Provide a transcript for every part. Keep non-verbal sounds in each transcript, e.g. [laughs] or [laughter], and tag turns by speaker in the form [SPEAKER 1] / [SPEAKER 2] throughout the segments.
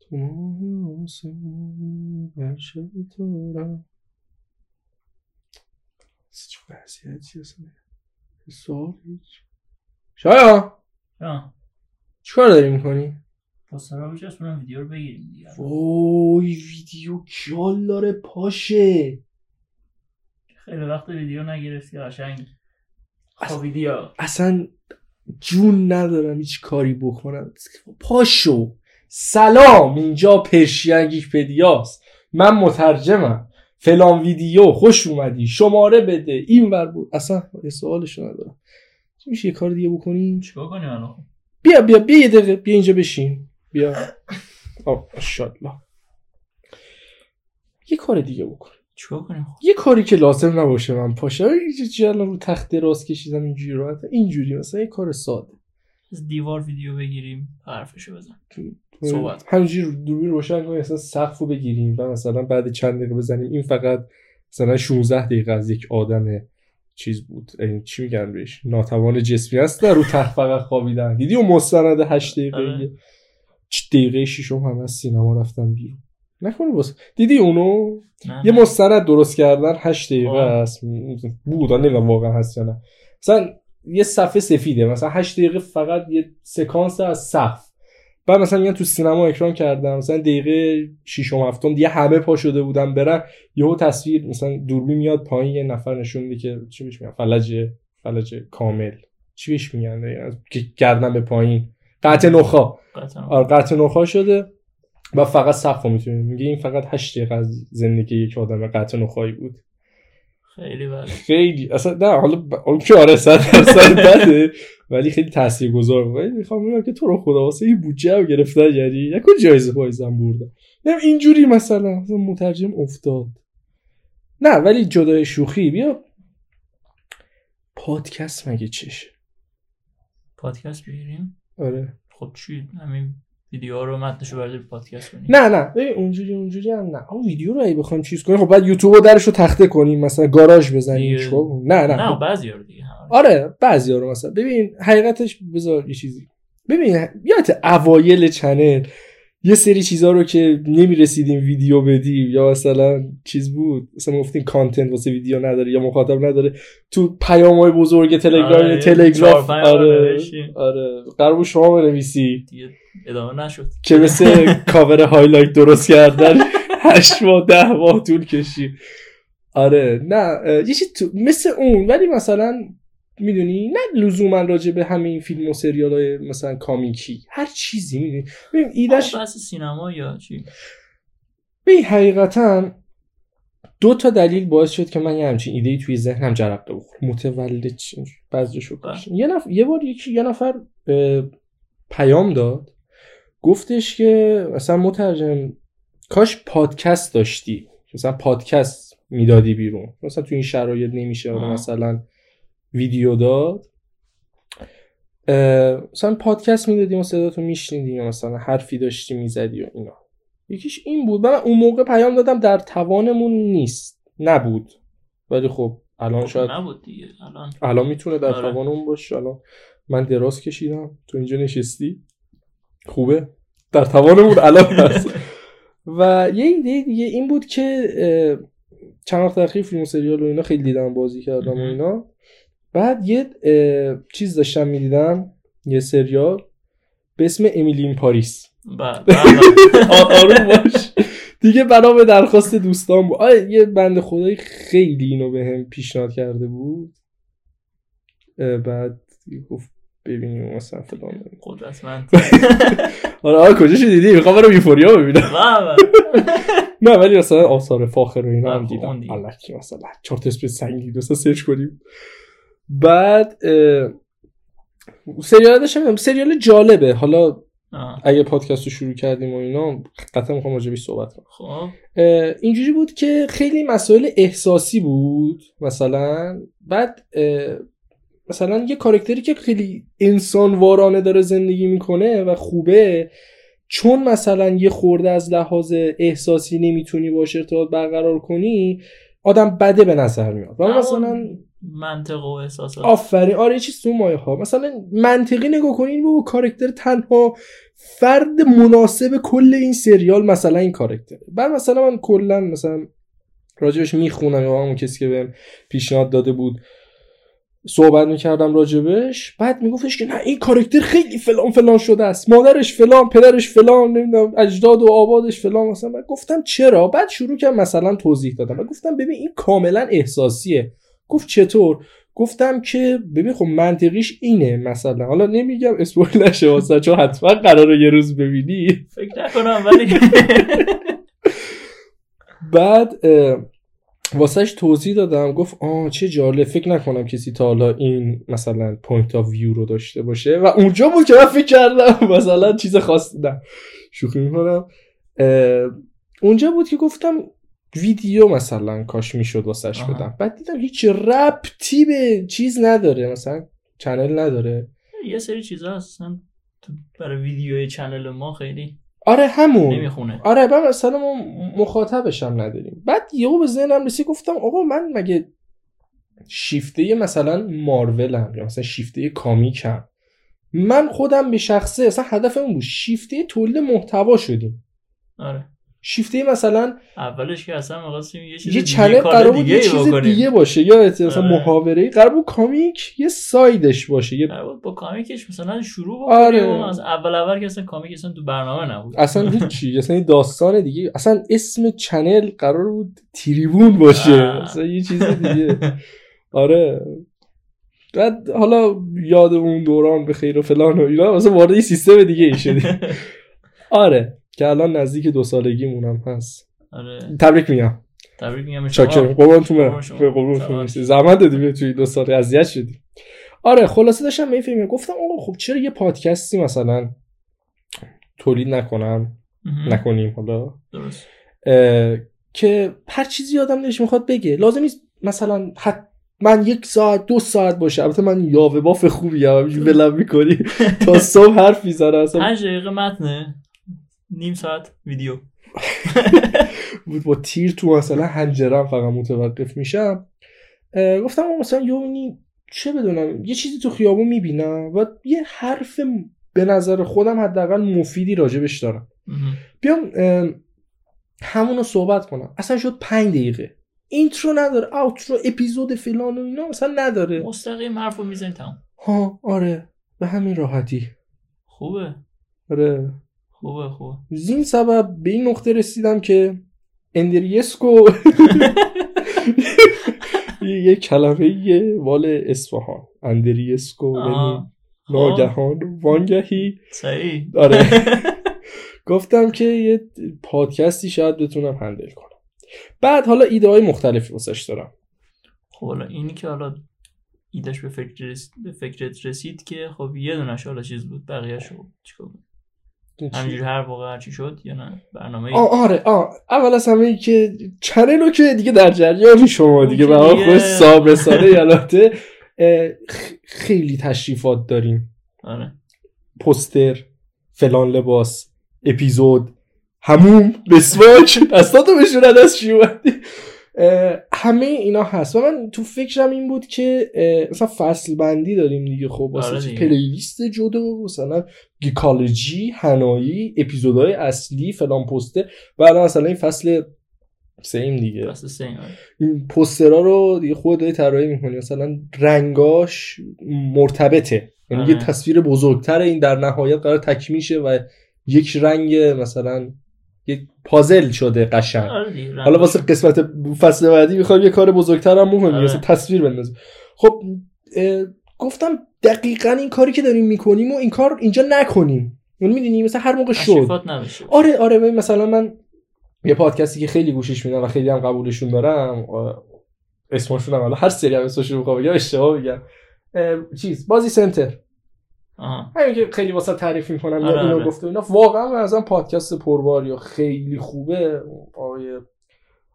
[SPEAKER 1] تو ماه آسمونی بر شب تارم اصلا چه وضعیتی اصلا سوال هیچ شایا
[SPEAKER 2] جان
[SPEAKER 1] چیکار داری میکنی؟
[SPEAKER 2] با سارا بچست اونم ویدیو رو بگیریم دیگه
[SPEAKER 1] وای ویدیو کیال داره پاشه
[SPEAKER 2] خیلی وقت ویدیو نگرفتی قشنگ
[SPEAKER 1] اصلا-
[SPEAKER 2] خب ویدیو
[SPEAKER 1] اصلا جون ندارم هیچ کاری بکنم پاشو سلام اینجا پرشینگیکپدیاست من مترجمم فلان ویدیو خوش اومدی شماره بده این ور بود اصلا سوالشو ندارم چی میشه یه کار دیگه بکنیم
[SPEAKER 2] چیکار کنیم الان
[SPEAKER 1] بیا بیا بیا یه دقیقه بیا اینجا بشین بیا آه ماشاءالله. یه کار دیگه بکن
[SPEAKER 2] چیکار کنیم خب
[SPEAKER 1] یه کاری که لازم نباشه من پاشم یه چیزی الان رو تخت دراز کشیدم اینجوری راحت اینجوری مثلا یه کار ساده
[SPEAKER 2] از دیوار ویدیو بگیریم حرفشو بزن صحبت.
[SPEAKER 1] همینجوری رو- دوربین روشن کنیم مثلا سقف رو بگیریم و مثلا بعد چند دقیقه بزنیم این فقط مثلا 16 دقیقه از یک آدم چیز بود این چی میگن بهش ناتوان جسمی هست نه رو تخت فقط خوابیدن دیدی اون مستند 8
[SPEAKER 2] آره.
[SPEAKER 1] دقیقه دقیقه ششم هم از سینما رفتن بیرون نکنه واسه دیدی اونو
[SPEAKER 2] نه
[SPEAKER 1] یه
[SPEAKER 2] نه.
[SPEAKER 1] مستند درست کردن 8 دقیقه
[SPEAKER 2] آه.
[SPEAKER 1] است بود حالا نمیدونم واقعا هست یا نه مثلا یه صفحه سفیده مثلا 8 دقیقه فقط یه سکانس از صف بعد مثلا میگن تو سینما اکران کردم مثلا دقیقه 6 و هفتم دیگه همه پا شده بودن برن یهو تصویر مثلا دوربین میاد پایین یه نفر نشون میده که چی بهش میگن فلج فلج کامل چی بهش میگن از- که گردن به پایین قطع نخا
[SPEAKER 2] قطعا
[SPEAKER 1] آره قطع نخواه شده و فقط صف رو میتونیم میگه این فقط هشت دقیقه از زندگی یک آدم قطع نخواهی بود
[SPEAKER 2] خیلی بد
[SPEAKER 1] خیلی اصلا نه حالا ب... اون که آره صد درصد بده ولی خیلی تاثیرگذار بود ولی میخوام بگم که تو رو خدا واسه این بودجه رو گرفتن یعنی یکو جایزه پایزم بردن نه اینجوری مثلا مثلا مترجم افتاد نه ولی جدای شوخی بیا پادکست مگه چشه
[SPEAKER 2] پادکست بگیریم
[SPEAKER 1] آره
[SPEAKER 2] خب چی همین ویدیو رو متنشو برداری پادکست کنیم
[SPEAKER 1] نه نه ببین اونجوری اونجوری هم نه اون ویدیو رو اگه بخوایم چیز کنیم خب بعد یوتیوب رو درش رو تخته کنیم مثلا گاراژ بزنیم
[SPEAKER 2] دیگه-
[SPEAKER 1] چیکار کنیم؟ نه نه,
[SPEAKER 2] نه
[SPEAKER 1] خب
[SPEAKER 2] بعضی رو دیگه همه رو.
[SPEAKER 1] آره بعضیا رو مثلا ببین حقیقتش بذار یه چیزی ببین یادت اوایل چنل یه سری چیزها رو که نمیرسیدیم ویدیو بدیم یا مثلا چیز بود مثلا ما گفتیم کانتنت واسه ویدیو نداره یا مخاطب نداره تو پیام‌های بزرگ تلگرام
[SPEAKER 2] آره،
[SPEAKER 1] تلگراف
[SPEAKER 2] چهار پنج بار
[SPEAKER 1] آره
[SPEAKER 2] نوشتیم.
[SPEAKER 1] آره قرار بود شما بنویسی
[SPEAKER 2] دیگه ادامه نشد
[SPEAKER 1] که مثل کاور هایلایت درست کردن هشت ماه ده ماه طول کشید آره نه اه، یه چیز تو- مثل اون ولی مثلا میدونی نه لزوما راجع به همین فیلم و سریال های مثلا کامیکی هر چیزی میدونی ببین ایدش
[SPEAKER 2] آه، بحث سینما یا چی
[SPEAKER 1] ببین حقیقتا دو تا دلیل باعث شد که من یه همچین ایده توی ذهنم جرقه بخوره متولد چین بعضیشو کشتم. یه نفر یه بار یکی یه نفر اه، پیام داد گفتش که مثلا مترجم کاش پادکست داشتی مثلا پادکست میدادی بیرون مثلا تو این شرایط نمیشه
[SPEAKER 2] آه.
[SPEAKER 1] مثلا ویدیو داد اه، مثلا پادکست میدادیم و صداتو میشنیدیم یا مثلا حرفی داشتی میزدی و اینا یکیش این بود من اون موقع پیام دادم در توانمون نیست نبود ولی خب الان شاید
[SPEAKER 2] نبود دیگه الان
[SPEAKER 1] الان میتونه در
[SPEAKER 2] آره.
[SPEAKER 1] توانمون باشه الان من دراز کشیدم تو اینجا نشستی خوبه در توانمون الان هست و یه ایده دیگه این بود که اه، چند وقت اخیر فیلم و سریال و اینا خیلی دیدم بازی کردم و
[SPEAKER 2] مهم.
[SPEAKER 1] اینا بعد یه اه، چیز داشتم میدیدم یه سریال به اسم امیلین پاریس
[SPEAKER 2] بله [laughs] بله
[SPEAKER 1] آ- آروم باش دیگه بنا به درخواست دوستان بود آره یه بند خدای خیلی اینو به هم پیشنهاد کرده بود اه، بعد گفت ببینیم مثلا فلان
[SPEAKER 2] قدرتمند
[SPEAKER 1] آره آره کجاشو دیدی میخوام برم یوفوریا ببینم [laughs]
[SPEAKER 2] [laughs] بله
[SPEAKER 1] نه ولی مثلا آثار فاخر و اینا
[SPEAKER 2] آه،
[SPEAKER 1] هم
[SPEAKER 2] خب،
[SPEAKER 1] دیدم
[SPEAKER 2] اون دیگه.
[SPEAKER 1] الکی مثلا چهار تا اسم سنگین دوستا سرچ کنیم بعد اه، سریال داشتم می‌دیدم. سریال جالبه حالا
[SPEAKER 2] آه،
[SPEAKER 1] اگه پادکست رو شروع کردیم و اینا قطعا میخوام راجبش صحبت کنم
[SPEAKER 2] خب
[SPEAKER 1] اه، اینجوری بود که خیلی مسائل احساسی بود مثلا بعد اه، مثلا یه کارکتری که خیلی انسانوارانه داره زندگی میکنه و خوبه چون مثلا یه خورده از لحاظ احساسی نمیتونی باش ارتباط برقرار کنی آدم بده به نظر میاد و
[SPEAKER 2] اما
[SPEAKER 1] مثلا
[SPEAKER 2] منطق و احساسات
[SPEAKER 1] آفرین آره یه چیز تو مایه ها مثلا منطقی نگاه کنین بابا کارکتر تنها فرد مناسب کل این سریال مثلا این کارکتر بعد مثلا من کلا مثلا راجبش میخونم یا همون کسی که بهم پیشنهاد داده بود صحبت میکردم راجبش بعد میگفتش که نه این کارکتر خیلی فلان فلان شده است مادرش فلان پدرش فلان نمیدونم اجداد و آبادش فلان مثلا من گفتم چرا بعد شروع کردم مثلا توضیح دادم و گفتم ببین این کاملا احساسیه گفت چطور گفتم که ببین خب منطقیش اینه مثلا حالا نمیگم اسپویل نشه واسه چون حتما قراره یه روز ببینی
[SPEAKER 2] فکر نکنم ولی [laughs]
[SPEAKER 1] بعد اه، واسهش توضیح دادم گفت آه چه جالب فکر نکنم کسی تا حالا این مثلا پوینت آف ویو رو داشته باشه و اونجا بود که من فکر کردم مثلا چیز خاصی نه شوخی میکنم اه، اونجا بود که گفتم ویدیو مثلا کاش میشد واسهش
[SPEAKER 2] آها.
[SPEAKER 1] بدم بعد دیدم هیچ ربطی به چیز نداره مثلا چنل نداره
[SPEAKER 2] یه سری چیزا اصلا تو- برای ویدیو چنل ما خیلی
[SPEAKER 1] آره همون
[SPEAKER 2] نمیخونه
[SPEAKER 1] آره من مثلا ما مخاطبش هم نداریم بعد یهو به ذهنم رسید گفتم آقا من مگه شیفته مثلا مارول هم یا مثلا شیفته کامیک هم من خودم به شخصه اصلا هدفمون بود شیفته تولید محتوا شدیم
[SPEAKER 2] آره
[SPEAKER 1] شیفته مثلا
[SPEAKER 2] اولش که اصلا می‌خواستیم یه چیز
[SPEAKER 1] یه
[SPEAKER 2] دیگه
[SPEAKER 1] چنل
[SPEAKER 2] کار
[SPEAKER 1] قرار بود
[SPEAKER 2] دیگه
[SPEAKER 1] یه چیز
[SPEAKER 2] بکنیم
[SPEAKER 1] دیگه باشه یا مثلا
[SPEAKER 2] آره.
[SPEAKER 1] محاوره قرار بود کامیک یه سایدش باشه یه
[SPEAKER 2] قرار بود آره، با کامیکش مثلا شروع
[SPEAKER 1] آره.
[SPEAKER 2] بکنیم و از اول اول که اصلا کامیک اصلا تو برنامه نبود
[SPEAKER 1] اصلا هیچی اصلا یه داستان دیگه اصلا اسم چنل قرار بود تریبون باشه
[SPEAKER 2] آه.
[SPEAKER 1] اصلا یه چیز دیگه آره بعد حالا یاد اون دوران به خیر و فلان و اینا مثلا وارد یه سیستم دیگه ای شدی آره که الان نزدیک دو سالگیمون هم هست
[SPEAKER 2] آره
[SPEAKER 1] تبریک میگم
[SPEAKER 2] تبریک میگم به شما.
[SPEAKER 1] چاکرم قربان تو
[SPEAKER 2] قربان
[SPEAKER 1] برم.
[SPEAKER 2] شما.
[SPEAKER 1] قربون
[SPEAKER 2] شما.
[SPEAKER 1] تو مرسی. زحمت دادی به توی دو سال اذیت شدی آره خلاصه داشتم به این فکر می‌کردم. گفتم آقا خب چرا یه پادکستی مثلا تولید نکنم
[SPEAKER 2] مهم.
[SPEAKER 1] نکنیم حالا
[SPEAKER 2] درست
[SPEAKER 1] اه، که هر چیزی آدم دلش میخواد بگه لازم نیست مثلا حت من یک ساعت دو ساعت باشه البته من یاوه باف خوبی هم همینجور ولم میکنی تا صبح حرف میزنه اصلا
[SPEAKER 2] پنج دقیقه متنه نیم ساعت ویدیو
[SPEAKER 1] بود با تیر تو مثلا هنجرم فقط متوقف میشم اه، گفتم آقا مثلا یه اونی چه بدونم یه چیزی تو خیابون میبینم و یه حرف م- به نظر خودم حداقل مفیدی راجبش دارم
[SPEAKER 2] مهم.
[SPEAKER 1] بیام اه، همونو صحبت کنم اصلا شد پنج دقیقه اینترو نداره آوترو اپیزود فلان و اینا مثلا نداره
[SPEAKER 2] مستقیم حرف رو میزنی تمام
[SPEAKER 1] ها آره به همین راحتی
[SPEAKER 2] خوبه
[SPEAKER 1] آره
[SPEAKER 2] خوبه خوبه
[SPEAKER 1] زین سبب به این نقطه رسیدم که اندریسکو یه کلمه یه مال اصفهان اندریسکو یعنی
[SPEAKER 2] آها.
[SPEAKER 1] ناگهان وانگهی
[SPEAKER 2] صحیح
[SPEAKER 1] آره گفتم که یه پادکستی شاید بتونم هندل کنم بعد حالا ایده های مختلفی واسش دارم
[SPEAKER 2] [laughs] خب حالا اینی که حالا ایدش به, فکر رس... به فکرت رسید که خب یه دونش حالا چیز بود بقیه شو چیکار کنی؟ همینجوری هر واقع هرچی شد یا نه برنامه
[SPEAKER 1] آه آره آه اول از همه این که چنل رو که دیگه در جریانی شما دیگه خب، به هر
[SPEAKER 2] دیگه.
[SPEAKER 1] خود صاحب ساله یالاته اه، خ- خیلی تشریفات داریم
[SPEAKER 2] آره
[SPEAKER 1] پوستر فلان لباس اپیزود هموم مسواک [laughs] اصلا تو بشوند از چی اومدی؟ اه، همه اینا هست و من تو فکرم این بود که اه، مثلا فصل بندی داریم دیگه خب واسه
[SPEAKER 2] آره
[SPEAKER 1] چی؟
[SPEAKER 2] دیگه.
[SPEAKER 1] پلیلیست جدا مثلا گیکالوجی هنایی اپیزودهای اصلی فلان پوستر و الان مثلا این فصل سیم دیگه
[SPEAKER 2] بس سین آره.
[SPEAKER 1] این پوسترا رو دیگه خود داری طراحی میکنی مثلا رنگاش مرتبطه یعنی
[SPEAKER 2] آره.
[SPEAKER 1] یه تصویر بزرگتر این در نهایت قرار تکمیل شه و یک رنگ مثلا یک پازل شده قشنگ
[SPEAKER 2] آره دیگه
[SPEAKER 1] حالا واسه قسمت فصل بعدی میخوایم یه کار بزرگتر هم بکنیم
[SPEAKER 2] آره.
[SPEAKER 1] مثلا تصویر بندازیم خب اه، گفتم دقیقا این کاری که داریم میکنیم و این کار اینجا نکنیم یعنی میدونی مثلا هر موقع شد
[SPEAKER 2] تشریفات نداشته باشه.
[SPEAKER 1] آره آره ببین مثلا من یه پادکستی که خیلی گوشش میدم و خیلی هم قبولشون دارم آه، اسمشون هم حالا هر سری هم اسمشون میخوام بگم اشتباه میگم چیز بازی سنتر
[SPEAKER 2] آها
[SPEAKER 1] همین که خیلی واسه تعریف میکنم یا
[SPEAKER 2] آره،
[SPEAKER 1] اینو
[SPEAKER 2] آره.
[SPEAKER 1] گفته و اینا واقعا من ازم پادکست پربار یا خیلی خوبه آقای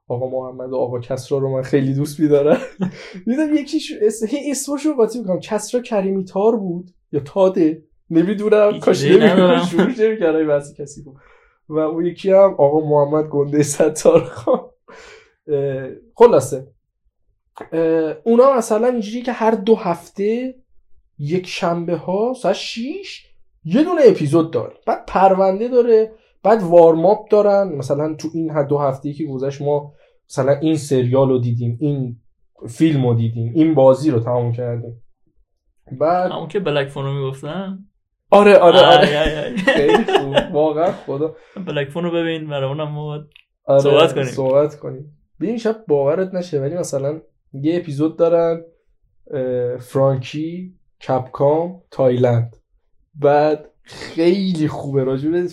[SPEAKER 1] آقا محمد و آقا کسرا رو من خیلی دوست میدارم دیدم یکیش اس... هی اسمشو قاطی میکنم کسرا کریمی تار بود یا تاده نمیدونم
[SPEAKER 2] هیچ
[SPEAKER 1] کاش
[SPEAKER 2] ایده‌ای
[SPEAKER 1] نمیدونم
[SPEAKER 2] ندارم.
[SPEAKER 1] شروع نمی‌کردم این بحث کسی رو. و اون یکی هم آقا محمد گنده ستار خان اه، خلاصه اونا مثلا اینجوری که هر دو هفته یک شنبه ها ساعت 6 یه دونه اپیزود داره بعد پرونده داره بعد وارماپ دارن مثلا تو این هر دو هفته که گذشت ما مثلا این سریال رو دیدیم این فیلم رو دیدیم این بازی رو تمام کردیم بعد
[SPEAKER 2] همون که بلک فون رو میگفتن
[SPEAKER 1] آره آره آره
[SPEAKER 2] آی، آی، آی.
[SPEAKER 1] خیلی خوب واقعا خدا
[SPEAKER 2] [laughs] بلک فون رو ببین برای اونم ما باید-
[SPEAKER 1] آره،
[SPEAKER 2] صحبت کنیم.
[SPEAKER 1] صحبت کنیم ببین شب باورت نشه ولی مثلا یه اپیزود دارن اه، فرانکی کپکام تایلند بعد خیلی خوبه راجع به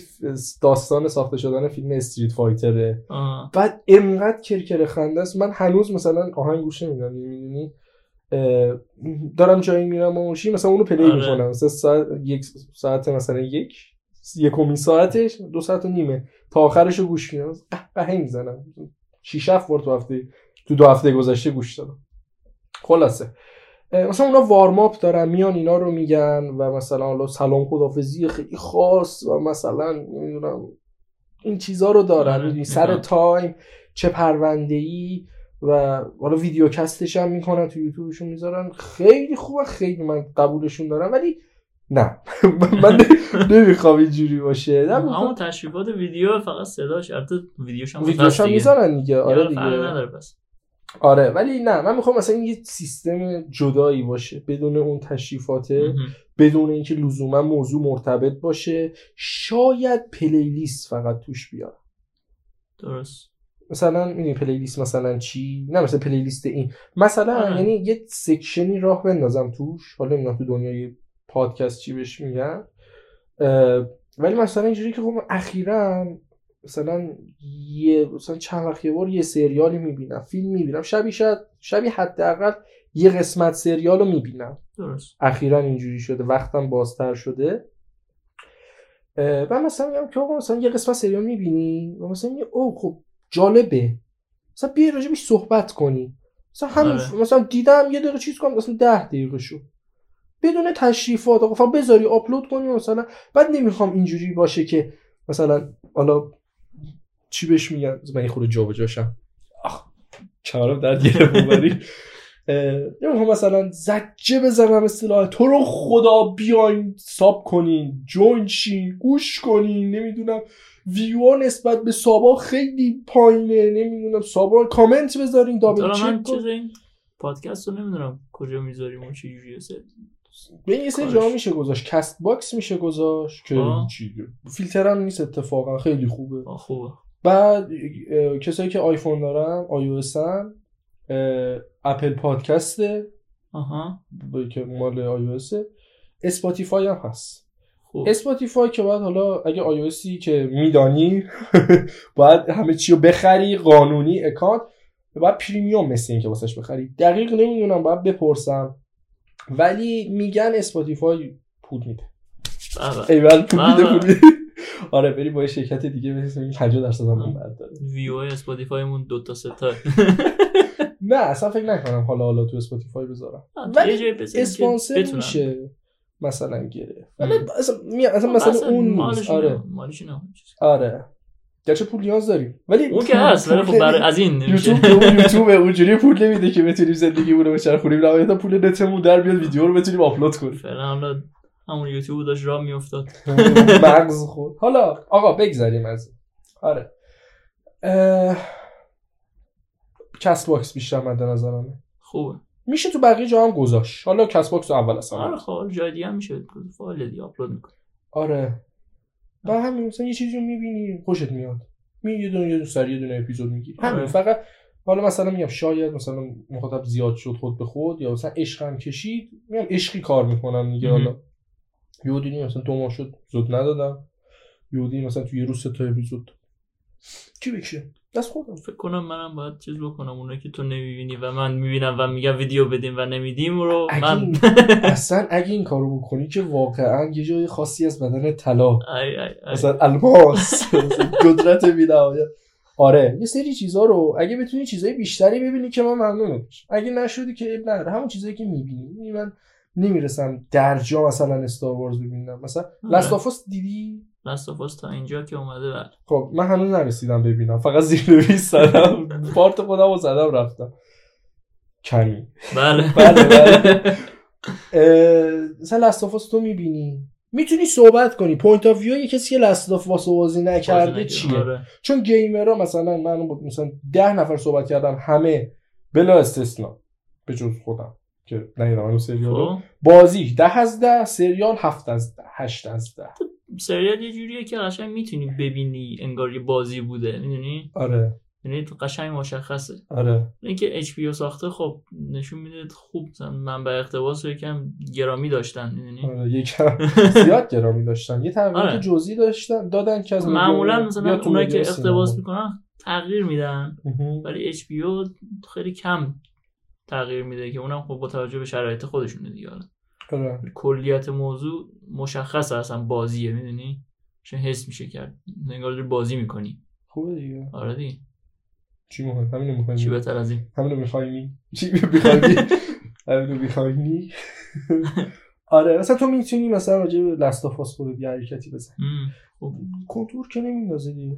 [SPEAKER 1] داستان ساخته شدن فیلم استریت فایتره
[SPEAKER 2] آه.
[SPEAKER 1] بعد انقدر کرکر خنده است من هنوز مثلا آهنگ گوش نمیدم میدونی دارم جایی میرم و شی مثلا اونو پلی
[SPEAKER 2] آره.
[SPEAKER 1] میکنم مثلا ساعت یک ساعت مثلا یک یکمین ساعتش دو ساعت و نیمه تا آخرش رو گوش میدم قهقه میزنم شیش هفت بار تو هفته تو دو هفته گذشته گوش دادم خلاصه اه، مثلا اونا وارماپ دارن میان اینا رو میگن و مثلا حالا سلام خدافزی خیلی خاص و مثلا نمیدونم این چیزا رو دارن
[SPEAKER 2] آره،
[SPEAKER 1] می‌دونی، سر
[SPEAKER 2] می‌فهم.
[SPEAKER 1] تایم چه پرونده ای و حالا ویدیو کستش هم میکنن تو یوتیوبشون میذارن خیلی خوبه خیلی من قبولشون دارم ولی نه [laughs] من نمیخوام اینجوری باشه نه،
[SPEAKER 2] اما تشریفات ویدیو فقط صداش البته ویدیوش هم
[SPEAKER 1] ویدیوش هم میذارن دیگه آره
[SPEAKER 2] فرق
[SPEAKER 1] دیگه
[SPEAKER 2] نداره پس
[SPEAKER 1] آره ولی نه من میخوام مثلا یه سیستم جدایی باشه بدون اون تشریفاته
[SPEAKER 2] مهم.
[SPEAKER 1] بدون اینکه لزوما موضوع مرتبط باشه شاید پلیلیست فقط توش بیاد
[SPEAKER 2] درست
[SPEAKER 1] مثلا میدونی پلیلیست مثلا چی نه مثلا پلیلیست این مثلا
[SPEAKER 2] آره.
[SPEAKER 1] یعنی یه سکشنی راه بندازم توش حالا نمیدونم تو دنیای پادکست چی بهش میگن اه، ولی مثلا اینجوری که خب من اخیرا مثلا یه مثلا چند وقت یه بار یه سریالی میبینم فیلم میبینم شبی شاید شبی حداقل یه قسمت سریال رو میبینم
[SPEAKER 2] درست
[SPEAKER 1] اخیرا اینجوری شده وقتم بازتر شده اه، و مثلا میگم که آقا مثلا یه قسمت سریال میبینی و مثلا میگه او خب جالبه مثلا بیا راجبش صحبت کنی مثلا همین
[SPEAKER 2] آره.
[SPEAKER 1] مثلا دیدم یه دقیقه چیز کنم مثلا ده دقیقه شو بدون تشریفات آقا فقط بذاری آپلود کنی مثلا بعد نمیخوام اینجوری باشه که مثلا حالا چی بهش میگن من یه خورده جابجاشم آخ چهارم درد گرفت اونوری. [laughs] اه، نمیخوام مثلا زجه بزنم اصطلاح تو رو خدا بیاین ساب کنین جوین شین گوش کنین نمیدونم ویو نسبت به سابا خیلی پایینه نمیدونم سابا کامنت بذارین دابل
[SPEAKER 2] حالا خب، من
[SPEAKER 1] چک کن.
[SPEAKER 2] چیز این پادکست رو نمیدونم کجا میذاریم و چه جوریه سر
[SPEAKER 1] به یه سری
[SPEAKER 2] کارش.
[SPEAKER 1] جاها میشه گذاشت کست باکس میشه گذاشت که
[SPEAKER 2] آه.
[SPEAKER 1] چی فیلتر هم نیست اتفاقا خیلی خوبه
[SPEAKER 2] آه، خوبه
[SPEAKER 1] بعد اه، کسایی که آیفون دارن آی او اپل پادکسته
[SPEAKER 2] آها
[SPEAKER 1] با- که مال آی او اسپاتیفای هم هست
[SPEAKER 2] خوب
[SPEAKER 1] اسپاتیفای که باید حالا اگه آی که میدانی [laughs] باید همه چی رو بخری قانونی اکانت باید پریمیوم مثل این که واسش بخری دقیق نمیدونم باید بپرسم ولی میگن اسپاتیفای پول میده
[SPEAKER 2] بابا.
[SPEAKER 1] ایول پول
[SPEAKER 2] بله.
[SPEAKER 1] میده پول میده. [laughs] آره بری با یه شرکت دیگه بزنی 50 درصد هم اون برداره.
[SPEAKER 2] ویو های اسپاتیفای مون دو تا سه تا
[SPEAKER 1] نه اصلا فکر نکنم حالا حالا تو اسپاتیفای بذارم ولی
[SPEAKER 2] یه جایی بزنیم که
[SPEAKER 1] اسپانسر
[SPEAKER 2] بتونن.
[SPEAKER 1] میشه مثلا گرفت
[SPEAKER 2] ام.
[SPEAKER 1] ولی اصلا, می- اصلا مثلا اون
[SPEAKER 2] مالش
[SPEAKER 1] نیست آره
[SPEAKER 2] نه، مالش نه
[SPEAKER 1] آره گرچه پول نیاز داریم ولی
[SPEAKER 2] اون که
[SPEAKER 1] پول-
[SPEAKER 2] هست ولی
[SPEAKER 1] پول
[SPEAKER 2] خب برای
[SPEAKER 1] نمیده.
[SPEAKER 2] از این
[SPEAKER 1] یوتیوب
[SPEAKER 2] نمیشه
[SPEAKER 1] که اون یوتیوب اونجوری پول نمیده که بتونیم زندگیمون رو بچرخونیم نهایتا پول نتمون در بیاد ویدیو رو بتونیم آپلود
[SPEAKER 2] [laughs]
[SPEAKER 1] کنیم
[SPEAKER 2] فعلا حالا همون یوتیوب داشت راه میافتاد
[SPEAKER 1] مغز خود حالا آقا بگذاریم از این. آره اه... کست باکس بیشتر مد نظرمه
[SPEAKER 2] خوبه
[SPEAKER 1] میشه تو بقیه جا هم گذاشت حالا کست باکس رو اول اصلا
[SPEAKER 2] آره خب حالا جای دیگه هم میشه فایل دیگه آپلود میکنه
[SPEAKER 1] آره و همین مثلا یه چیزی رو میبینی خوشت میاد می یه دونه یه دونه سر یه دونه اپیزود میگی
[SPEAKER 2] آره.
[SPEAKER 1] همین فقط حالا مثلا میگم شاید مثلا مخاطب زیاد شد خود به خود یا مثلا عشقم کشید میگم عشقی کار میکنم دیگه
[SPEAKER 2] مهم.
[SPEAKER 1] حالا یودی دیدی مثلا دو ماه شد زود ندادم یودی مثلا تو یه روز سه تا اپیزود چی بکشه دست خودم
[SPEAKER 2] فکر کنم منم باید چیز بکنم اونایی که تو نمیبینی و من میبینم و میگم ویدیو بدیم و نمیدیم رو
[SPEAKER 1] اگه
[SPEAKER 2] من
[SPEAKER 1] این- اصلا اگه این کارو بکنی که واقعا یه جای خاصی از بدن طلا
[SPEAKER 2] ای ای ای.
[SPEAKER 1] مثلا الماس مثلا قدرت بی‌نهایت آره یه سری چیزها رو اگه بتونی چیزای بیشتری ببینی که من ممنونم اگه نشدی که اب نداره همون چیزایی که میبینی می‌بینی من نمیرسم درجا مثلا استار وارز ببینم مثلا
[SPEAKER 2] آره.
[SPEAKER 1] لاست آف دیدی
[SPEAKER 2] Last of Us تا اینجا که اومده بله
[SPEAKER 1] خب من هنوز نرسیدم ببینم فقط زیر نویس زدم پارت خودم رو زدم رفتم کمی
[SPEAKER 2] بله
[SPEAKER 1] [laughs] بله
[SPEAKER 2] [laughs]
[SPEAKER 1] بله اه، مثلا لستافاس تو میبینی میتونی صحبت کنی پوینت آف ویو یه کسی که لست آف واس بازی نکرده چیه
[SPEAKER 2] آره.
[SPEAKER 1] چون گیمرها مثلا من با- مثلا ده نفر صحبت کردم همه بلا استثنا به جز خودم که ندیدم اون سریال رو.
[SPEAKER 2] خب
[SPEAKER 1] بازی ده از ده سریال هفت از ده هشت از ده
[SPEAKER 2] خب، سریال یه جوریه که قشنگ میتونی ببینی انگار یه بازی بوده میدونی
[SPEAKER 1] آره
[SPEAKER 2] یعنی قشنگ مشخصه
[SPEAKER 1] آره
[SPEAKER 2] اینکه اچ پی ساخته خب نشون میده خوب مثلا منبع اقتباس رو یکم گرامی داشتن میدونی
[SPEAKER 1] آره [laughs]
[SPEAKER 2] [laughs]
[SPEAKER 1] یکم زیاد گرامی داشتن یه تغییرات
[SPEAKER 2] آره.
[SPEAKER 1] جزئی داشتن دادن که از ویدیو
[SPEAKER 2] معمولا
[SPEAKER 1] یا
[SPEAKER 2] مثلا
[SPEAKER 1] تو
[SPEAKER 2] اونایی که
[SPEAKER 1] ویدیو
[SPEAKER 2] اقتباس
[SPEAKER 1] سینما.
[SPEAKER 2] میکنن تغییر میدن
[SPEAKER 1] مهم.
[SPEAKER 2] ولی اچ پی خیلی کم تغییر میده که اونم خب با توجه به شرایط خودشونه دیگه حالا.
[SPEAKER 1] آره.
[SPEAKER 2] کلیت موضوع مشخص اصلا بازیه میدونی چون حس میشه کرد انگار داری بازی میکنی
[SPEAKER 1] خوبه دیگه
[SPEAKER 2] آره دیگه
[SPEAKER 1] چی مهم همینو مهم
[SPEAKER 2] چی بهتر از این
[SPEAKER 1] همینو میخواینی چی میخواینی [laughs] همینو میخواینی آره مثلا تو میتونی مثلا راجع به لستافاس خودت یه حرکتی بزن
[SPEAKER 2] مم. خب
[SPEAKER 1] کنتور که نمیندازه دیگه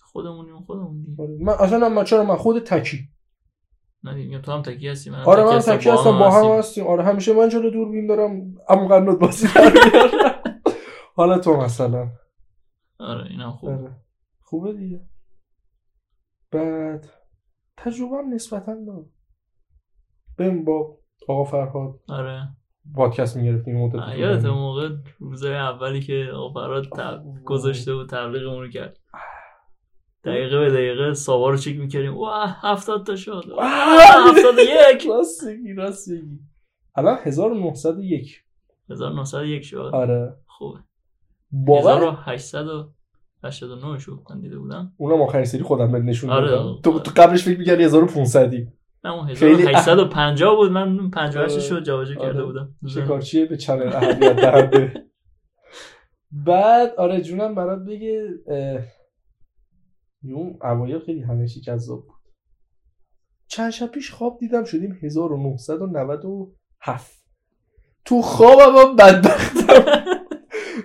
[SPEAKER 2] خودمونیم خودمون دیگه
[SPEAKER 1] آره. من اصلا من چرا من خود تکی
[SPEAKER 2] نه دیگه تو هم تکی هستی من
[SPEAKER 1] آره من تکی هستم با هم
[SPEAKER 2] هستیم.
[SPEAKER 1] هستیم آره همیشه من جلو دوربین دارم اما قنات بازی در میارم. حالا تو مثلا
[SPEAKER 2] آره اینم خوب
[SPEAKER 1] آره. خوبه دیگه بعد تجربه هم نسبتا دارم بریم با آقا فرهاد
[SPEAKER 2] آره
[SPEAKER 1] پادکست میگرفتیم مدت
[SPEAKER 2] آه،
[SPEAKER 1] طولانی.
[SPEAKER 2] یادت اون موقع روزای اولی که آفراد تب... گذاشته بود تبلیغمون رو کرد دقیقه به دقیقه ساوا رو چک میکردیم واه هفتاد تا شد واه، هفتاد و یک
[SPEAKER 1] راست میگی راست میگی الان 1901
[SPEAKER 2] 1901 شد
[SPEAKER 1] آره
[SPEAKER 2] خوبه
[SPEAKER 1] باور
[SPEAKER 2] 1889 شد من دیده بودم
[SPEAKER 1] اونم آخرین سری خودم بهت نشون
[SPEAKER 2] آره.
[SPEAKER 1] دادم تو تو قبلش فکر می‌کردی 1500
[SPEAKER 2] نه اون
[SPEAKER 1] خیلی
[SPEAKER 2] 1850 بود من 58
[SPEAKER 1] آره.
[SPEAKER 2] شد جواجه کرده
[SPEAKER 1] آره.
[SPEAKER 2] بودم
[SPEAKER 1] شکارچیه به چنل اهمیت دهنده بعد آره جونم برات بگه اه، اون اوایل خیلی همه چی جذاب بود چند شب پیش خواب دیدم شدیم 1997 تو خوابم هم بدبختم [laughs]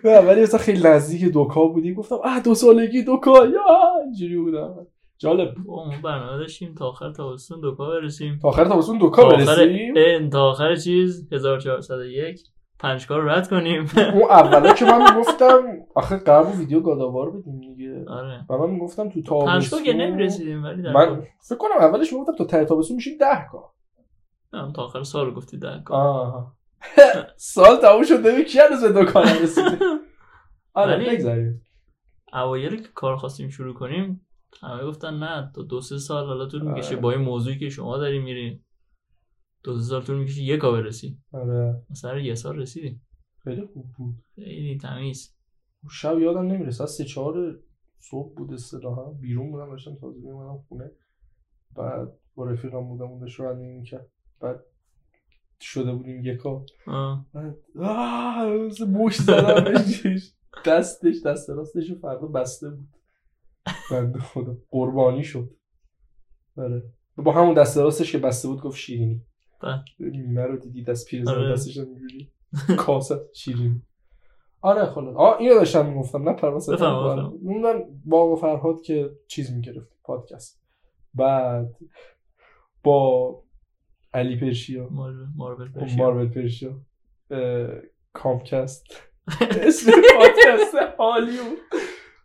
[SPEAKER 1] نه ولی مثلا خیلی نزدیک دوکا بودیم گفتم اه دو سالگی دوکا یا اینجوری بودم جالب بود.
[SPEAKER 2] با ما خب، برنامه داشتیم تا آخر تابستون دوکا برسیم
[SPEAKER 1] تا آخر تابستون دوکا
[SPEAKER 2] تا آخر
[SPEAKER 1] برسیم
[SPEAKER 2] ان تا آخر چیز 1401 پنج کار رو رد کنیم [laughs]
[SPEAKER 1] اون اولا که من گفتم آخه قرار بود ویدیو گاداوار بدیم دیگه
[SPEAKER 2] آره
[SPEAKER 1] و من گفتم تو
[SPEAKER 2] پنج کار
[SPEAKER 1] تابستون
[SPEAKER 2] که نمیرسیدیم ولی در
[SPEAKER 1] من
[SPEAKER 2] کل.
[SPEAKER 1] فکر کنم اولش میگفتم تا ته تابستون میشه 10 کار
[SPEAKER 2] نه، تا آخر سال گفتی در کار
[SPEAKER 1] [laughs] آه. سال تموم شد نمی کی هنوز به دکان
[SPEAKER 2] [laughs]
[SPEAKER 1] رسیده آره
[SPEAKER 2] ولی-
[SPEAKER 1] بگذاریم
[SPEAKER 2] اوایل که کار خواستیم شروع کنیم همه گفتن نه تا دو سه سال حالا طول میکشه
[SPEAKER 1] آره.
[SPEAKER 2] با این موضوعی که شما داری میری دو سه سال طول میکشه یه کار برسی
[SPEAKER 1] آره
[SPEAKER 2] مثلا یه سال رسیدیم
[SPEAKER 1] خیلی خوب بود
[SPEAKER 2] خیلی تمیز
[SPEAKER 1] اون شب یادم نمیرسه از 3 4 صبح بود اصطلاحا بیرون بودم داشتم تازه میومدم خونه بعد با رفیقم بودم اون داشت رانندگی می‌کرد بعد شده بودیم یکا
[SPEAKER 2] آه.
[SPEAKER 1] آه موش زدم بهش. دستش دست راستش رو فردا بسته بود بنده خدا قربانی شد آره با همون دست راستش که بسته بود گفت شیرینی
[SPEAKER 2] بله.
[SPEAKER 1] میمه رو دیدی دست پیرزن
[SPEAKER 2] آره.
[SPEAKER 1] دستش هم
[SPEAKER 2] [laughs]
[SPEAKER 1] اینجوری کاسه شیرینی آره خلاص آه اینو داشتم میگفتم نه پرواز
[SPEAKER 2] بفهم،
[SPEAKER 1] آره.
[SPEAKER 2] بفهم.
[SPEAKER 1] موندم با آقا فرهاد که چیز میگرفت پادکست بعد با علی پرشیا
[SPEAKER 2] مار- مارول
[SPEAKER 1] اون
[SPEAKER 2] پرشیا.
[SPEAKER 1] خب، مارول پرشیا اه،
[SPEAKER 2] [laughs]
[SPEAKER 1] کامکست اسم پادکست عالی بود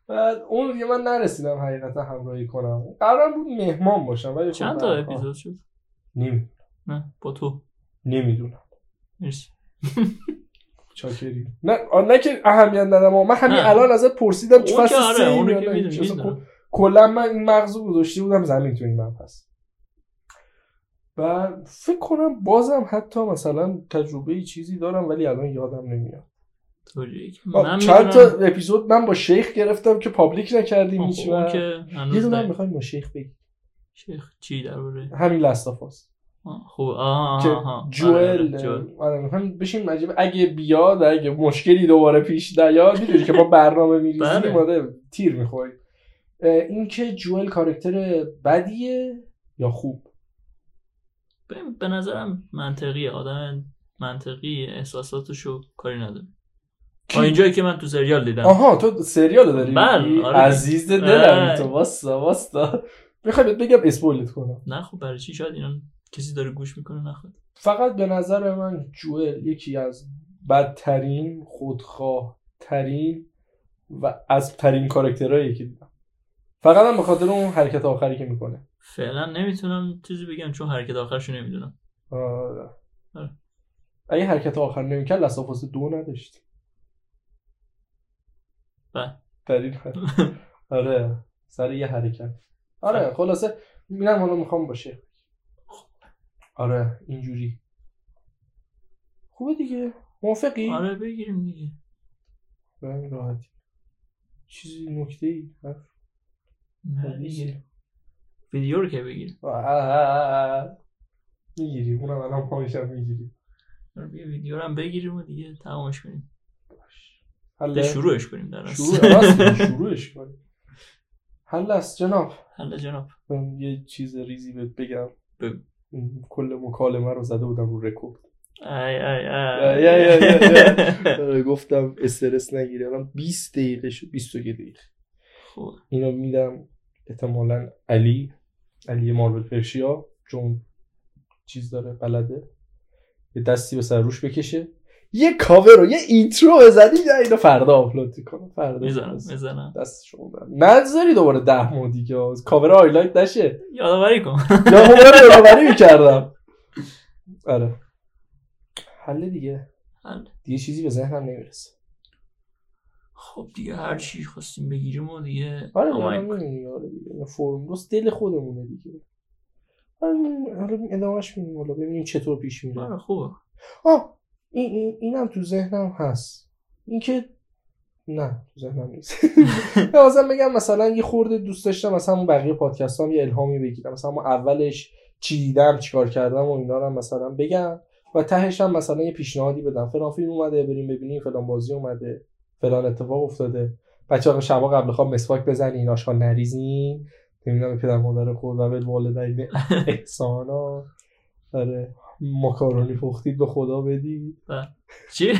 [SPEAKER 1] بعد اون دیگه من نرسیدم حقیقتا همراهی کنم قرار بود مهمان باشم ولی خب
[SPEAKER 2] چند تا
[SPEAKER 1] برای- آه،
[SPEAKER 2] اپیزود شد
[SPEAKER 1] نمی
[SPEAKER 2] نه با تو
[SPEAKER 1] نمیدونم
[SPEAKER 2] مرسی
[SPEAKER 1] چاکری نه آه، نه که اهمیت ندم آه، من همین
[SPEAKER 2] نه.
[SPEAKER 1] الان ازت پرسیدم
[SPEAKER 2] اون
[SPEAKER 1] چه
[SPEAKER 2] که
[SPEAKER 1] فصل
[SPEAKER 2] آره
[SPEAKER 1] سه
[SPEAKER 2] اونو
[SPEAKER 1] یا
[SPEAKER 2] که
[SPEAKER 1] نه
[SPEAKER 2] میدونی
[SPEAKER 1] هیچ. اصلا
[SPEAKER 2] میدونم
[SPEAKER 1] کلا من این مغزو گذاشته بودم زمین تو این مبحث و فکر کنم بازم حتی مثلا تجربه چیزی دارم ولی الان یادم نمیاد
[SPEAKER 2] طوریه که
[SPEAKER 1] آه،
[SPEAKER 2] من
[SPEAKER 1] خب، چند تا
[SPEAKER 2] میدونم
[SPEAKER 1] اپیزود من با شیخ گرفتم که پابلیک نکردیم
[SPEAKER 2] اون
[SPEAKER 1] هیچ
[SPEAKER 2] خب، اون
[SPEAKER 1] وقت.
[SPEAKER 2] که
[SPEAKER 1] یه
[SPEAKER 2] هنوز
[SPEAKER 1] دونه هم
[SPEAKER 2] نه.
[SPEAKER 1] میخوایم با شیخ بگیم
[SPEAKER 2] شیخ چی در باره
[SPEAKER 1] همین لاستافاس
[SPEAKER 2] آه، خوب آه
[SPEAKER 1] که
[SPEAKER 2] آه، آه، آه.
[SPEAKER 1] جوئل
[SPEAKER 2] آره، جوئل.
[SPEAKER 1] آره میخوایم بشیم عجب اگه بیاد اگه مشکلی دوباره پیش نیاد میدونی که ما برنامه میریزیم
[SPEAKER 2] بله.
[SPEAKER 1] آره تیر میخوریم این که جوئل کارکتر بدیه یا خوب
[SPEAKER 2] ببین، به نظرم منطقیه آدم منطقی احساساتشو کاری نداره
[SPEAKER 1] کی؟
[SPEAKER 2] تا اینجایی که من تو سریال دیدم
[SPEAKER 1] آها تو سریال رو داری
[SPEAKER 2] بله،
[SPEAKER 1] میگی؟
[SPEAKER 2] آره.
[SPEAKER 1] عزیز دلم
[SPEAKER 2] آره.
[SPEAKER 1] تو واسا واسا میخوام بگم اسپویلت کنم
[SPEAKER 2] نه خب برای چی شاید اینا کسی داره گوش میکنه نخواد
[SPEAKER 1] فقط به نظر من جوئل یکی از بدترین خودخواه ترین و از ترین کارکترهایی که دیدم فقط هم به خاطر اون حرکت آخری که میکنه
[SPEAKER 2] فعلا نمیتونم چیزی بگم چون حرکت آخرش رو نمیدونم
[SPEAKER 1] آره. اگه حرکت آخر نمیکرد لسافاس دو نداشت
[SPEAKER 2] بله.
[SPEAKER 1] ترین
[SPEAKER 2] [laughs]
[SPEAKER 1] آره سر یه حرکت آره خلاصه اینم حالا میخوام باشه آره اینجوری خوبه دیگه موافقی
[SPEAKER 2] آره بگیریم دیگه
[SPEAKER 1] به همین راحتی چیزی نکته ای خب،
[SPEAKER 2] نه دیگه ویدیو رو که بگیریم
[SPEAKER 1] میگیری اونم الان پایشم میگیری
[SPEAKER 2] آره بیا ویدیو رو هم بگیریم و دیگه تمامش کنیم
[SPEAKER 1] حالا
[SPEAKER 2] ده شروعش کنیم در اصل.
[SPEAKER 1] آره. شروع راست، شروعش کنیم حل است جناب
[SPEAKER 2] [laughs] حالا جناب
[SPEAKER 1] من یه چیز ریزی بهت بگم
[SPEAKER 2] بگو.
[SPEAKER 1] این کل مکالمه رو زده بودم رو رکورد
[SPEAKER 2] ای ای
[SPEAKER 1] ای، ای، ای، ای،
[SPEAKER 2] ای
[SPEAKER 1] آره، گفتم استرس نگیری الان 20 دقیقه شد 21 دقیقه
[SPEAKER 2] خب
[SPEAKER 1] اینو میدم احتمالا علی علی مارول پرشیا چون چیز داره بلده یه دستی به سر روش بکشه یه کاور رو یه اینترو بزنی نه اینو فردا آپلود کنم فردا
[SPEAKER 2] [laughs] میزنم میزنم
[SPEAKER 1] دست شما در- نذاری دوباره ده ماه دیگه کاور هایلایت نشه
[SPEAKER 2] یادآوری کن
[SPEAKER 1] یا اون رو یادآوری میکردم آره حل دیگه
[SPEAKER 2] حل.
[SPEAKER 1] دیگه چیزی به ذهنم نمیرسه
[SPEAKER 2] خب دیگه هر چی خواستیم بگیریم و دیگه Oh
[SPEAKER 1] آره
[SPEAKER 2] آماده
[SPEAKER 1] دارم
[SPEAKER 2] کنیم.
[SPEAKER 1] می‌بینی، آره دیگه این فرم دوست دل خودمونه دیگه آره می‌بینی، حالا ادامهش میدیم حالا ببینیم چطور پیش میره
[SPEAKER 2] آره خوبه
[SPEAKER 1] آه این این اینم تو ذهنم هست اینکه نه تو ذهنم نیست مثلا بگم مثلا یه خورده دوست داشتم مثلا اون بقیه پادکست هم یه الهامی بگیرم مثلا ما اولش چی دیدم چیکار کردم و اینا رو هم مثلا بگم و تهش هم مثلا یه پیشنهادی بدم فلان فیلم اومده بریم ببینیم فلان بازی اومده فلان اتفاق افتاده بچه‌ها شبا قبل خواب مسواک بزنین آشغال نریزین نمیدونم پدر مادر خود و والدین احسانا آره ماکارونی پختید به خدا بدید [laughs]
[SPEAKER 2] چی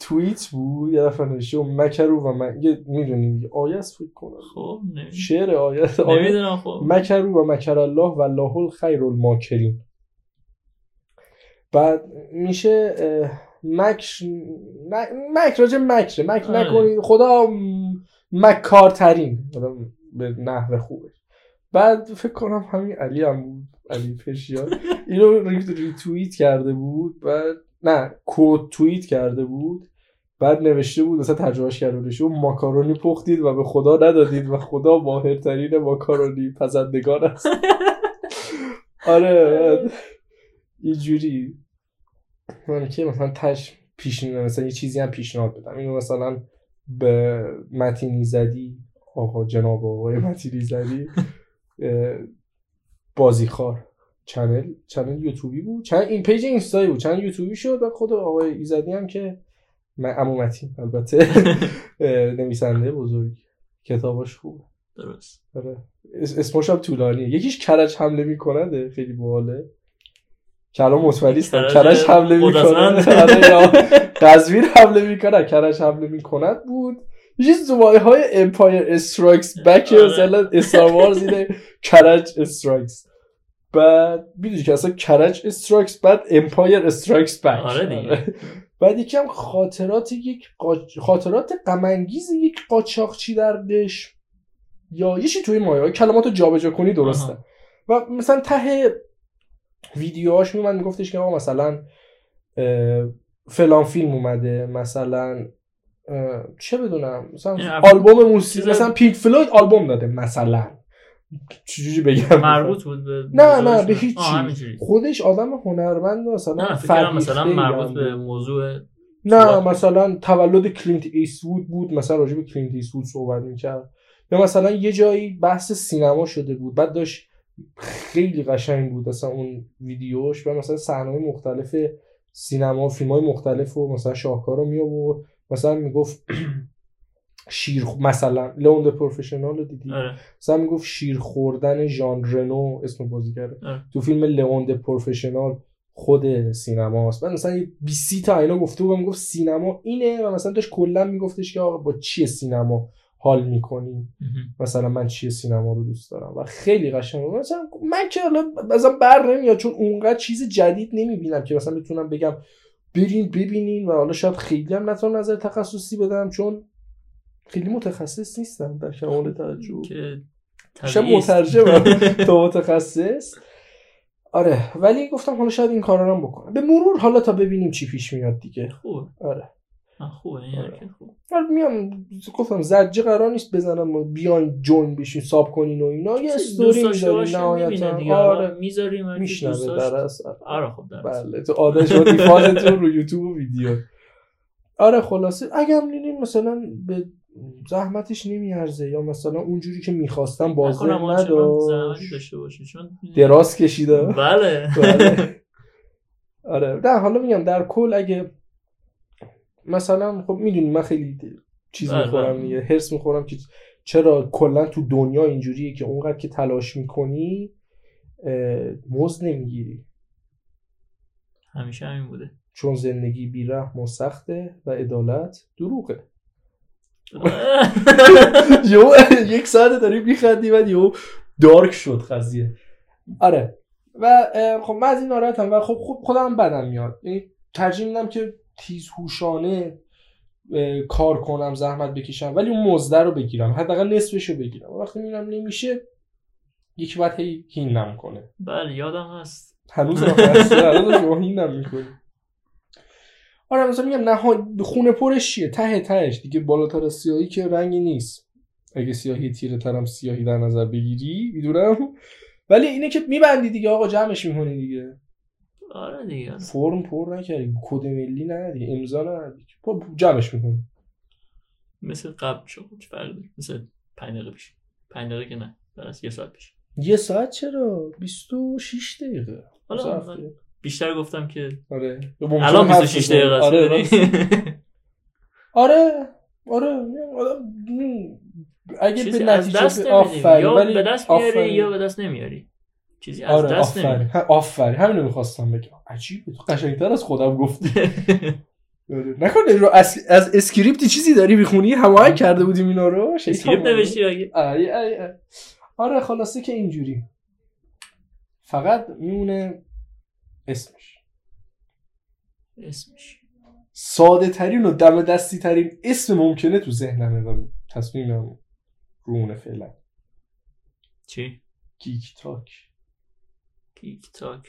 [SPEAKER 1] توییت بود یه دفعه نوشته بود، مکرو و من یه میدونی آیه است فکر کنم
[SPEAKER 2] خب نمی-
[SPEAKER 1] شعر آیه آیه
[SPEAKER 2] نمیدونم خب
[SPEAKER 1] مکرو و مکر الله و الله الخیر الماکرین بعد میشه اه، مکر مک, مک راجع به مکره مک
[SPEAKER 2] آره.
[SPEAKER 1] نکنید خدا م- مکارترین حالا به نحو خوبه بعد فکر کنم همین علی هم بود علی پرشیان اینو ری- ریتوییت کرده بود بعد نه کوت توییت کرده بود بعد نوشته بود مثلا ترجمهش کرده بود نوشته بود، ماکارونی پختید و به خدا ندادید و خدا ماهرترین ماکارونی پزندگان است آره بعد اینجوری من که مثلا تش پیش مثلا یه چیزی هم پیشنهاد بدم اینو مثلا به متینی زدی آقا جناب آقای متینی زدی اه، بازیخوار چنل چنل یوتیوبی بود چند این پیج اینستایی بود چند یوتیوبی شد و خود آقای ایزدی هم که من عمو متین البته اه، نویسنده بزرگ کتاباش خوبه
[SPEAKER 2] درست
[SPEAKER 1] آره اس- اسمش هم طولانیه یکیش کرج حمله میکننده خیلی باحاله کلام مطمئنیستم
[SPEAKER 2] کرج
[SPEAKER 1] کرج حمله
[SPEAKER 2] قدرتمند.
[SPEAKER 1] میکنند [laughs] آره یا قزوین حمله میکنه کرج حمله میکند بود یه چیز زمایه های امپایر استرایکس بک
[SPEAKER 2] آره.
[SPEAKER 1] مثلا استار وارز اینه کرج استرایکس بعد میدونی که اصلا کرج استرایکس بعد امپایر استرایکس بک
[SPEAKER 2] آره دیگه
[SPEAKER 1] بعد یکی هم خاطرات یک قاچ- خاطرات غمانگیز یک قاچاقچی در قش یا یه چی توی مایه کلمات رو جابجا کنی درسته و مثلا ته ویدیوهاش میومد میگفتش که آقا مثلا اه، فلان فیلم اومده مثلا اه، چه بدونم مثلا
[SPEAKER 2] این اف-
[SPEAKER 1] آلبوم موسیقی
[SPEAKER 2] چیز-
[SPEAKER 1] مثلا پینک فلوید آلبوم داده مثلا چجوری بگم
[SPEAKER 2] مربوط بود به
[SPEAKER 1] نه
[SPEAKER 2] موضوع
[SPEAKER 1] نه به
[SPEAKER 2] اسمش.
[SPEAKER 1] هیچ
[SPEAKER 2] آه، همینجوری
[SPEAKER 1] چیز خودش آدم هنرمند مثلا
[SPEAKER 2] نه فکر کنم
[SPEAKER 1] فرهیخته
[SPEAKER 2] مثلا
[SPEAKER 1] ای
[SPEAKER 2] مربوط
[SPEAKER 1] هم
[SPEAKER 2] به موضوع
[SPEAKER 1] نه
[SPEAKER 2] صحبت.
[SPEAKER 1] مثلا تولد کلینت ایسوود بود مثلا راجع به کلینت ایسوود صحبت میکرد یا مثلا یه جایی بحث سینما شده بود بعد داشت خیلی قشنگ بود مثلا اون ویدیوش و مثلا صحنه‌های مختلف سینما فیلم های مختلف و مثلا شاهکار رو می آورد مثلا میگفت [clears throat] شیر خ- مثلا لوند پروفشنال رو دیدی
[SPEAKER 2] آره
[SPEAKER 1] مثلا میگفت شیر خوردن ژان رنو اسم بازیگره
[SPEAKER 2] آره.
[SPEAKER 1] تو فیلم لئوند پروفشنال خود سینماست من مثلا یه 20 تا اینا گفته بود و میگفت سینما اینه و مثلا داشت کلا میگفتش که آقا با چیه سینما حال میکنی مثلا من چیه سینما رو دوست دارم و خیلی قشنگه مثلا من که حالا مثلا بر نمیاد چون اونقدر چیز جدید نمیبینم که مثلا بتونم بگم برین ببینین و حالا شاید خیلی هم نتونم نظر تخصصی بدم چون خیلی متخصص نیستم در کمال تعجب
[SPEAKER 2] که
[SPEAKER 1] شب مترجمم
[SPEAKER 2] [laughs]
[SPEAKER 1] تو متخصص آره ولی گفتم حالا شاید این کارا رو هم بکنم به مرور حالا تا ببینیم چی پیش میاد دیگه
[SPEAKER 2] [laughs] خوب
[SPEAKER 1] آره
[SPEAKER 2] خوبه این
[SPEAKER 1] آره.
[SPEAKER 2] حرکت خوب
[SPEAKER 1] آره میام گفتم زجه قرار نیست بزنم و بیاین جون بشین ساب کنین و اینا یه استوری میذاری نهایتا آره
[SPEAKER 2] میذاریم هرکی دوست
[SPEAKER 1] میشنوه
[SPEAKER 2] داشت.
[SPEAKER 1] در اصل
[SPEAKER 2] آره خب در اصل.
[SPEAKER 1] بله تو عادت شد دیفالتون رو یوتیوب و ویدیو آره خلاصه اگه هم دیدین مثلا به زحمتش نمیارزه یا مثلا اونجوری که میخواستم بازه
[SPEAKER 2] نکنم آنچه من زحمتی
[SPEAKER 1] نداشت
[SPEAKER 2] داشته باشه چون
[SPEAKER 1] دراز کشیدم
[SPEAKER 2] [laughs] بله
[SPEAKER 1] بله. آره نه حالا میگم در کل اگه مثلا خب میدونی من خیلی چیز
[SPEAKER 2] بله،
[SPEAKER 1] میخورم
[SPEAKER 2] بله.
[SPEAKER 1] دیگه هرس میخورم که چرا کلا تو دنیا اینجوریه که اونقدر که تلاش میکنی مزد نمیگیری
[SPEAKER 2] همیشه همین بوده [laughs]
[SPEAKER 1] چون زندگی بیرحم و سخته و عدالت دروغه [laughs] یهو یک ساعت داریم میخندی و یهو دارک شد قضیه آره و اه، خب من از این ناراحتم و خب خب خودم بدم میاد یعنی ترجیح میدم که تیز هوشانه اه، کار کنم زحمت بکشم ولی اون مزده رو بگیرم حداقل نصفش رو بگیرم وقتی میبینم نمیشه یکی باید هی هینم کنه
[SPEAKER 2] بله یادم هست
[SPEAKER 1] هنوز هم هست هنوز شما هینم میکنی آره مثلا میگم نها... خونه پرش چیه ته تهش دیگه بالاتر از سیاهی که رنگی نیست اگه سیاهی تیره ترم سیاهی در نظر بگیری میدونم ولی اینه که میبندی دیگه آقا جمعش میکنی دیگه
[SPEAKER 2] آره دیگه
[SPEAKER 1] فرم پر نکردی کد ملی ندی امضا ندی خب جمعش میکنی
[SPEAKER 2] مثل قبل شد چه فرقی داره؟ مثل پنج دقیقه پیش پنج دقیقه که نه در از یه ساعت پیش
[SPEAKER 1] یه ساعت چرا 26 دقیقه
[SPEAKER 2] حالا من بیشتر گفتم که
[SPEAKER 1] آره
[SPEAKER 2] الان 26 دقیقه است یعنی
[SPEAKER 1] آره
[SPEAKER 2] می‌دونی؟
[SPEAKER 1] آره آره میگم آدم م، اگه
[SPEAKER 2] چیزی
[SPEAKER 1] به
[SPEAKER 2] از
[SPEAKER 1] نتیجه
[SPEAKER 2] دست
[SPEAKER 1] به-
[SPEAKER 2] نمی‌دی.
[SPEAKER 1] آفرین
[SPEAKER 2] یا
[SPEAKER 1] ولی
[SPEAKER 2] به دست میاری
[SPEAKER 1] آفرین.
[SPEAKER 2] یا به دست نمیاری چیزی از
[SPEAKER 1] آره
[SPEAKER 2] دست
[SPEAKER 1] آفرین
[SPEAKER 2] نمیاری
[SPEAKER 1] ه- آفرین همینو میخواستم بگم عجیبه تو قشنگتر از خودم
[SPEAKER 2] [laughs]
[SPEAKER 1] گفتی آره. نکنه رو از, از اسکریپتی چیزی داری میخونی هماهنگ کرده بودیم اینا رو شیطان
[SPEAKER 2] اسکریپت
[SPEAKER 1] بود.
[SPEAKER 2] نوشتی اگه
[SPEAKER 1] آره آره آره. آره خلاصه که اینجوری فقط میونه اسمش
[SPEAKER 2] اسمش
[SPEAKER 1] ساده ترین و دم دستی ترین اسم ممکنه تو ذهنمه و تصمیمم رونه فعلا
[SPEAKER 2] چی
[SPEAKER 1] گیک تاک
[SPEAKER 2] تیک تاک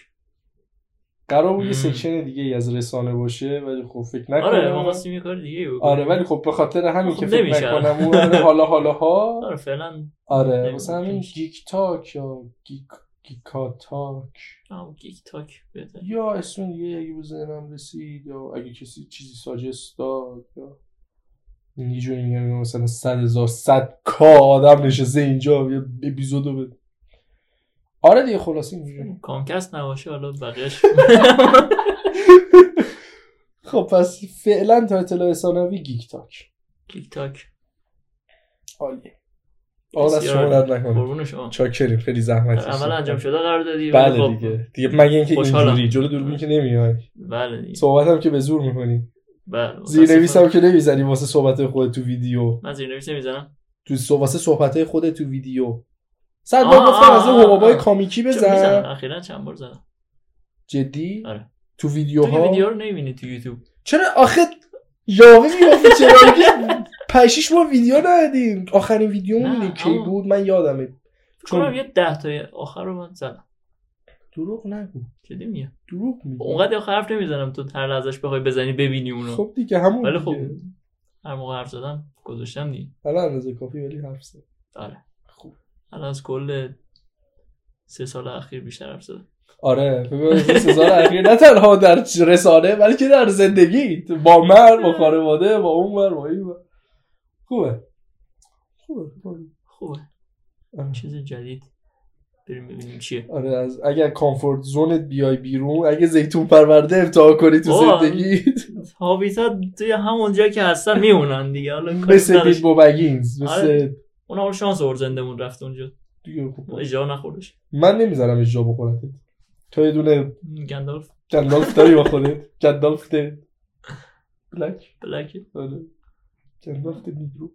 [SPEAKER 1] قرار بود یه
[SPEAKER 2] مم.
[SPEAKER 1] سکشن دیگه ای از رسانه باشه ولی خب فکر نکنم
[SPEAKER 2] آره ما خواستیم یه کار دیگه بکنیم.
[SPEAKER 1] آره ولی خب به خاطر همین
[SPEAKER 2] خب
[SPEAKER 1] که فکر
[SPEAKER 2] نمیشه.
[SPEAKER 1] نکنم اون آره، حالا حالا ها
[SPEAKER 2] [laughs] آره فعلا
[SPEAKER 1] آره
[SPEAKER 2] نمیشه.
[SPEAKER 1] واسه همین گیک تاک یا گیک گیکا تاک
[SPEAKER 2] آه، گیک تاک بهتر
[SPEAKER 1] یا اسم دیگه اگه به ذهنم رسید یا اگه کسی چیزی ساجست داد یا اینجوری میگم میگم مثلا صد هزار صد کا آدم نشسته اینجا یه اپیزودو بده آره دیگه خلاصه
[SPEAKER 2] [laughs]
[SPEAKER 1] اینجوری
[SPEAKER 2] کامکست نباشه حالا
[SPEAKER 1] [laughs]
[SPEAKER 2] بقیهش
[SPEAKER 1] خب پس فعلا تا اطلاع ثانوی گیک تاک
[SPEAKER 2] گیک تاک
[SPEAKER 1] عالیه آقا دست
[SPEAKER 2] بسیار
[SPEAKER 1] شما درد نکنه
[SPEAKER 2] قربون شما
[SPEAKER 1] چاکریم خیلی زحمت
[SPEAKER 2] در اول انجام شده قرار دادی ولی
[SPEAKER 1] بله
[SPEAKER 2] خب،
[SPEAKER 1] دیگه دیگه مگه اینکه
[SPEAKER 2] خوشحالم.
[SPEAKER 1] اینجوری جلو دوربین که نمیای
[SPEAKER 2] بله دیگه
[SPEAKER 1] صحبت هم که به زور میکنی
[SPEAKER 2] بله
[SPEAKER 1] زیرنویس هم
[SPEAKER 2] متاسفانه.
[SPEAKER 1] که نمیزنی واسه صحبت خودت تو ویدیو
[SPEAKER 2] من زیرنویس نمیزنم
[SPEAKER 1] تو صح- واسه صحبت خودت تو ویدیو صد
[SPEAKER 2] آه،
[SPEAKER 1] بار گفتم
[SPEAKER 2] آه،
[SPEAKER 1] از این
[SPEAKER 2] آه،
[SPEAKER 1] حبابای
[SPEAKER 2] آه.
[SPEAKER 1] کامیکی
[SPEAKER 2] میزنم
[SPEAKER 1] بزن
[SPEAKER 2] اخیرا چند بار زدم
[SPEAKER 1] جدی
[SPEAKER 2] آره.
[SPEAKER 1] تو
[SPEAKER 2] تو این ویدیو
[SPEAKER 1] ویدیوها
[SPEAKER 2] رو نمیبینی تو یوتیوب
[SPEAKER 1] چرا آخه یاوه میگفتی
[SPEAKER 2] [laughs]
[SPEAKER 1] چرا که پشیش ما ویدیو ندیم آخرین ویدیو
[SPEAKER 2] نه،
[SPEAKER 1] میدونی کی
[SPEAKER 2] اما-
[SPEAKER 1] بود من یادمه چون-
[SPEAKER 2] چون یه ده تا آخر رو من زدم
[SPEAKER 1] دروغ نگو
[SPEAKER 2] جدی میگم
[SPEAKER 1] دروغ میگی
[SPEAKER 2] اونقدر آخر حرف نمیزنم تو هر لحظهش بخوای بزنی ببینی اونو
[SPEAKER 1] خب دیگه همون
[SPEAKER 2] ولی
[SPEAKER 1] دیگه.
[SPEAKER 2] خب هر موقع حرف زدم گذاشتم دیگه
[SPEAKER 1] الان اندازه کافی ولی حرف زد
[SPEAKER 2] آره
[SPEAKER 1] خوب.
[SPEAKER 2] الان از کل سه سال اخیر بیشتر حرف زدم
[SPEAKER 1] آره ببین، این سزار اخیر نه تنها در رسانه بلکه در زندگی با من با خانواده با اون بر با این بر. خوبه خوبه خوبه.
[SPEAKER 2] خوبه
[SPEAKER 1] آره.
[SPEAKER 2] چیز جدید بریم ببینیم چیه
[SPEAKER 1] آره از اگر کامفورت زونت بیای بیرون اگه زیتون پرورده امتحان کنی تو
[SPEAKER 2] آه.
[SPEAKER 1] زندگی
[SPEAKER 2] هابیتا توی همون جا که هستن میمونن دیگه حالا کاری
[SPEAKER 1] مثل
[SPEAKER 2] نداشت.
[SPEAKER 1] بیت بوبگینز مثل
[SPEAKER 2] آره. اون حال شانس آورد زندمون رفت اونجا
[SPEAKER 1] دیگه خب.
[SPEAKER 2] اجرا نخوردش
[SPEAKER 1] من نمیذارم اجرا بخورم تو یه دونه
[SPEAKER 2] گندالف
[SPEAKER 1] گندالف داری با خودت گندالف ده بلک
[SPEAKER 2] بلک
[SPEAKER 1] آره. جندافت [laughs] نیرو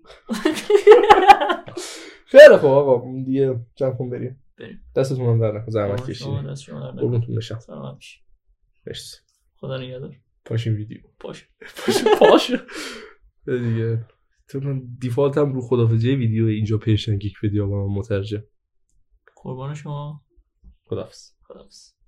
[SPEAKER 1] خیلی خوب آقا دیگه جمع کن بریم آره،
[SPEAKER 2] بریم.
[SPEAKER 1] دستتون هم در نکن زحمت
[SPEAKER 2] شما
[SPEAKER 1] کشیدین
[SPEAKER 2] دست شما در نکنه.
[SPEAKER 1] قربونتون بشم
[SPEAKER 2] سلامت باشی.
[SPEAKER 1] مرسی
[SPEAKER 2] خدا نگهدار
[SPEAKER 1] پاشیم ویدیو
[SPEAKER 2] باش
[SPEAKER 1] [laughs] پاش دیگه تو من دیفالت هم رو خدافزی ویدیو اینجا پیشن کیک ویدیو با من مترجم
[SPEAKER 2] قربان شما
[SPEAKER 1] خدافز
[SPEAKER 2] خداحافظ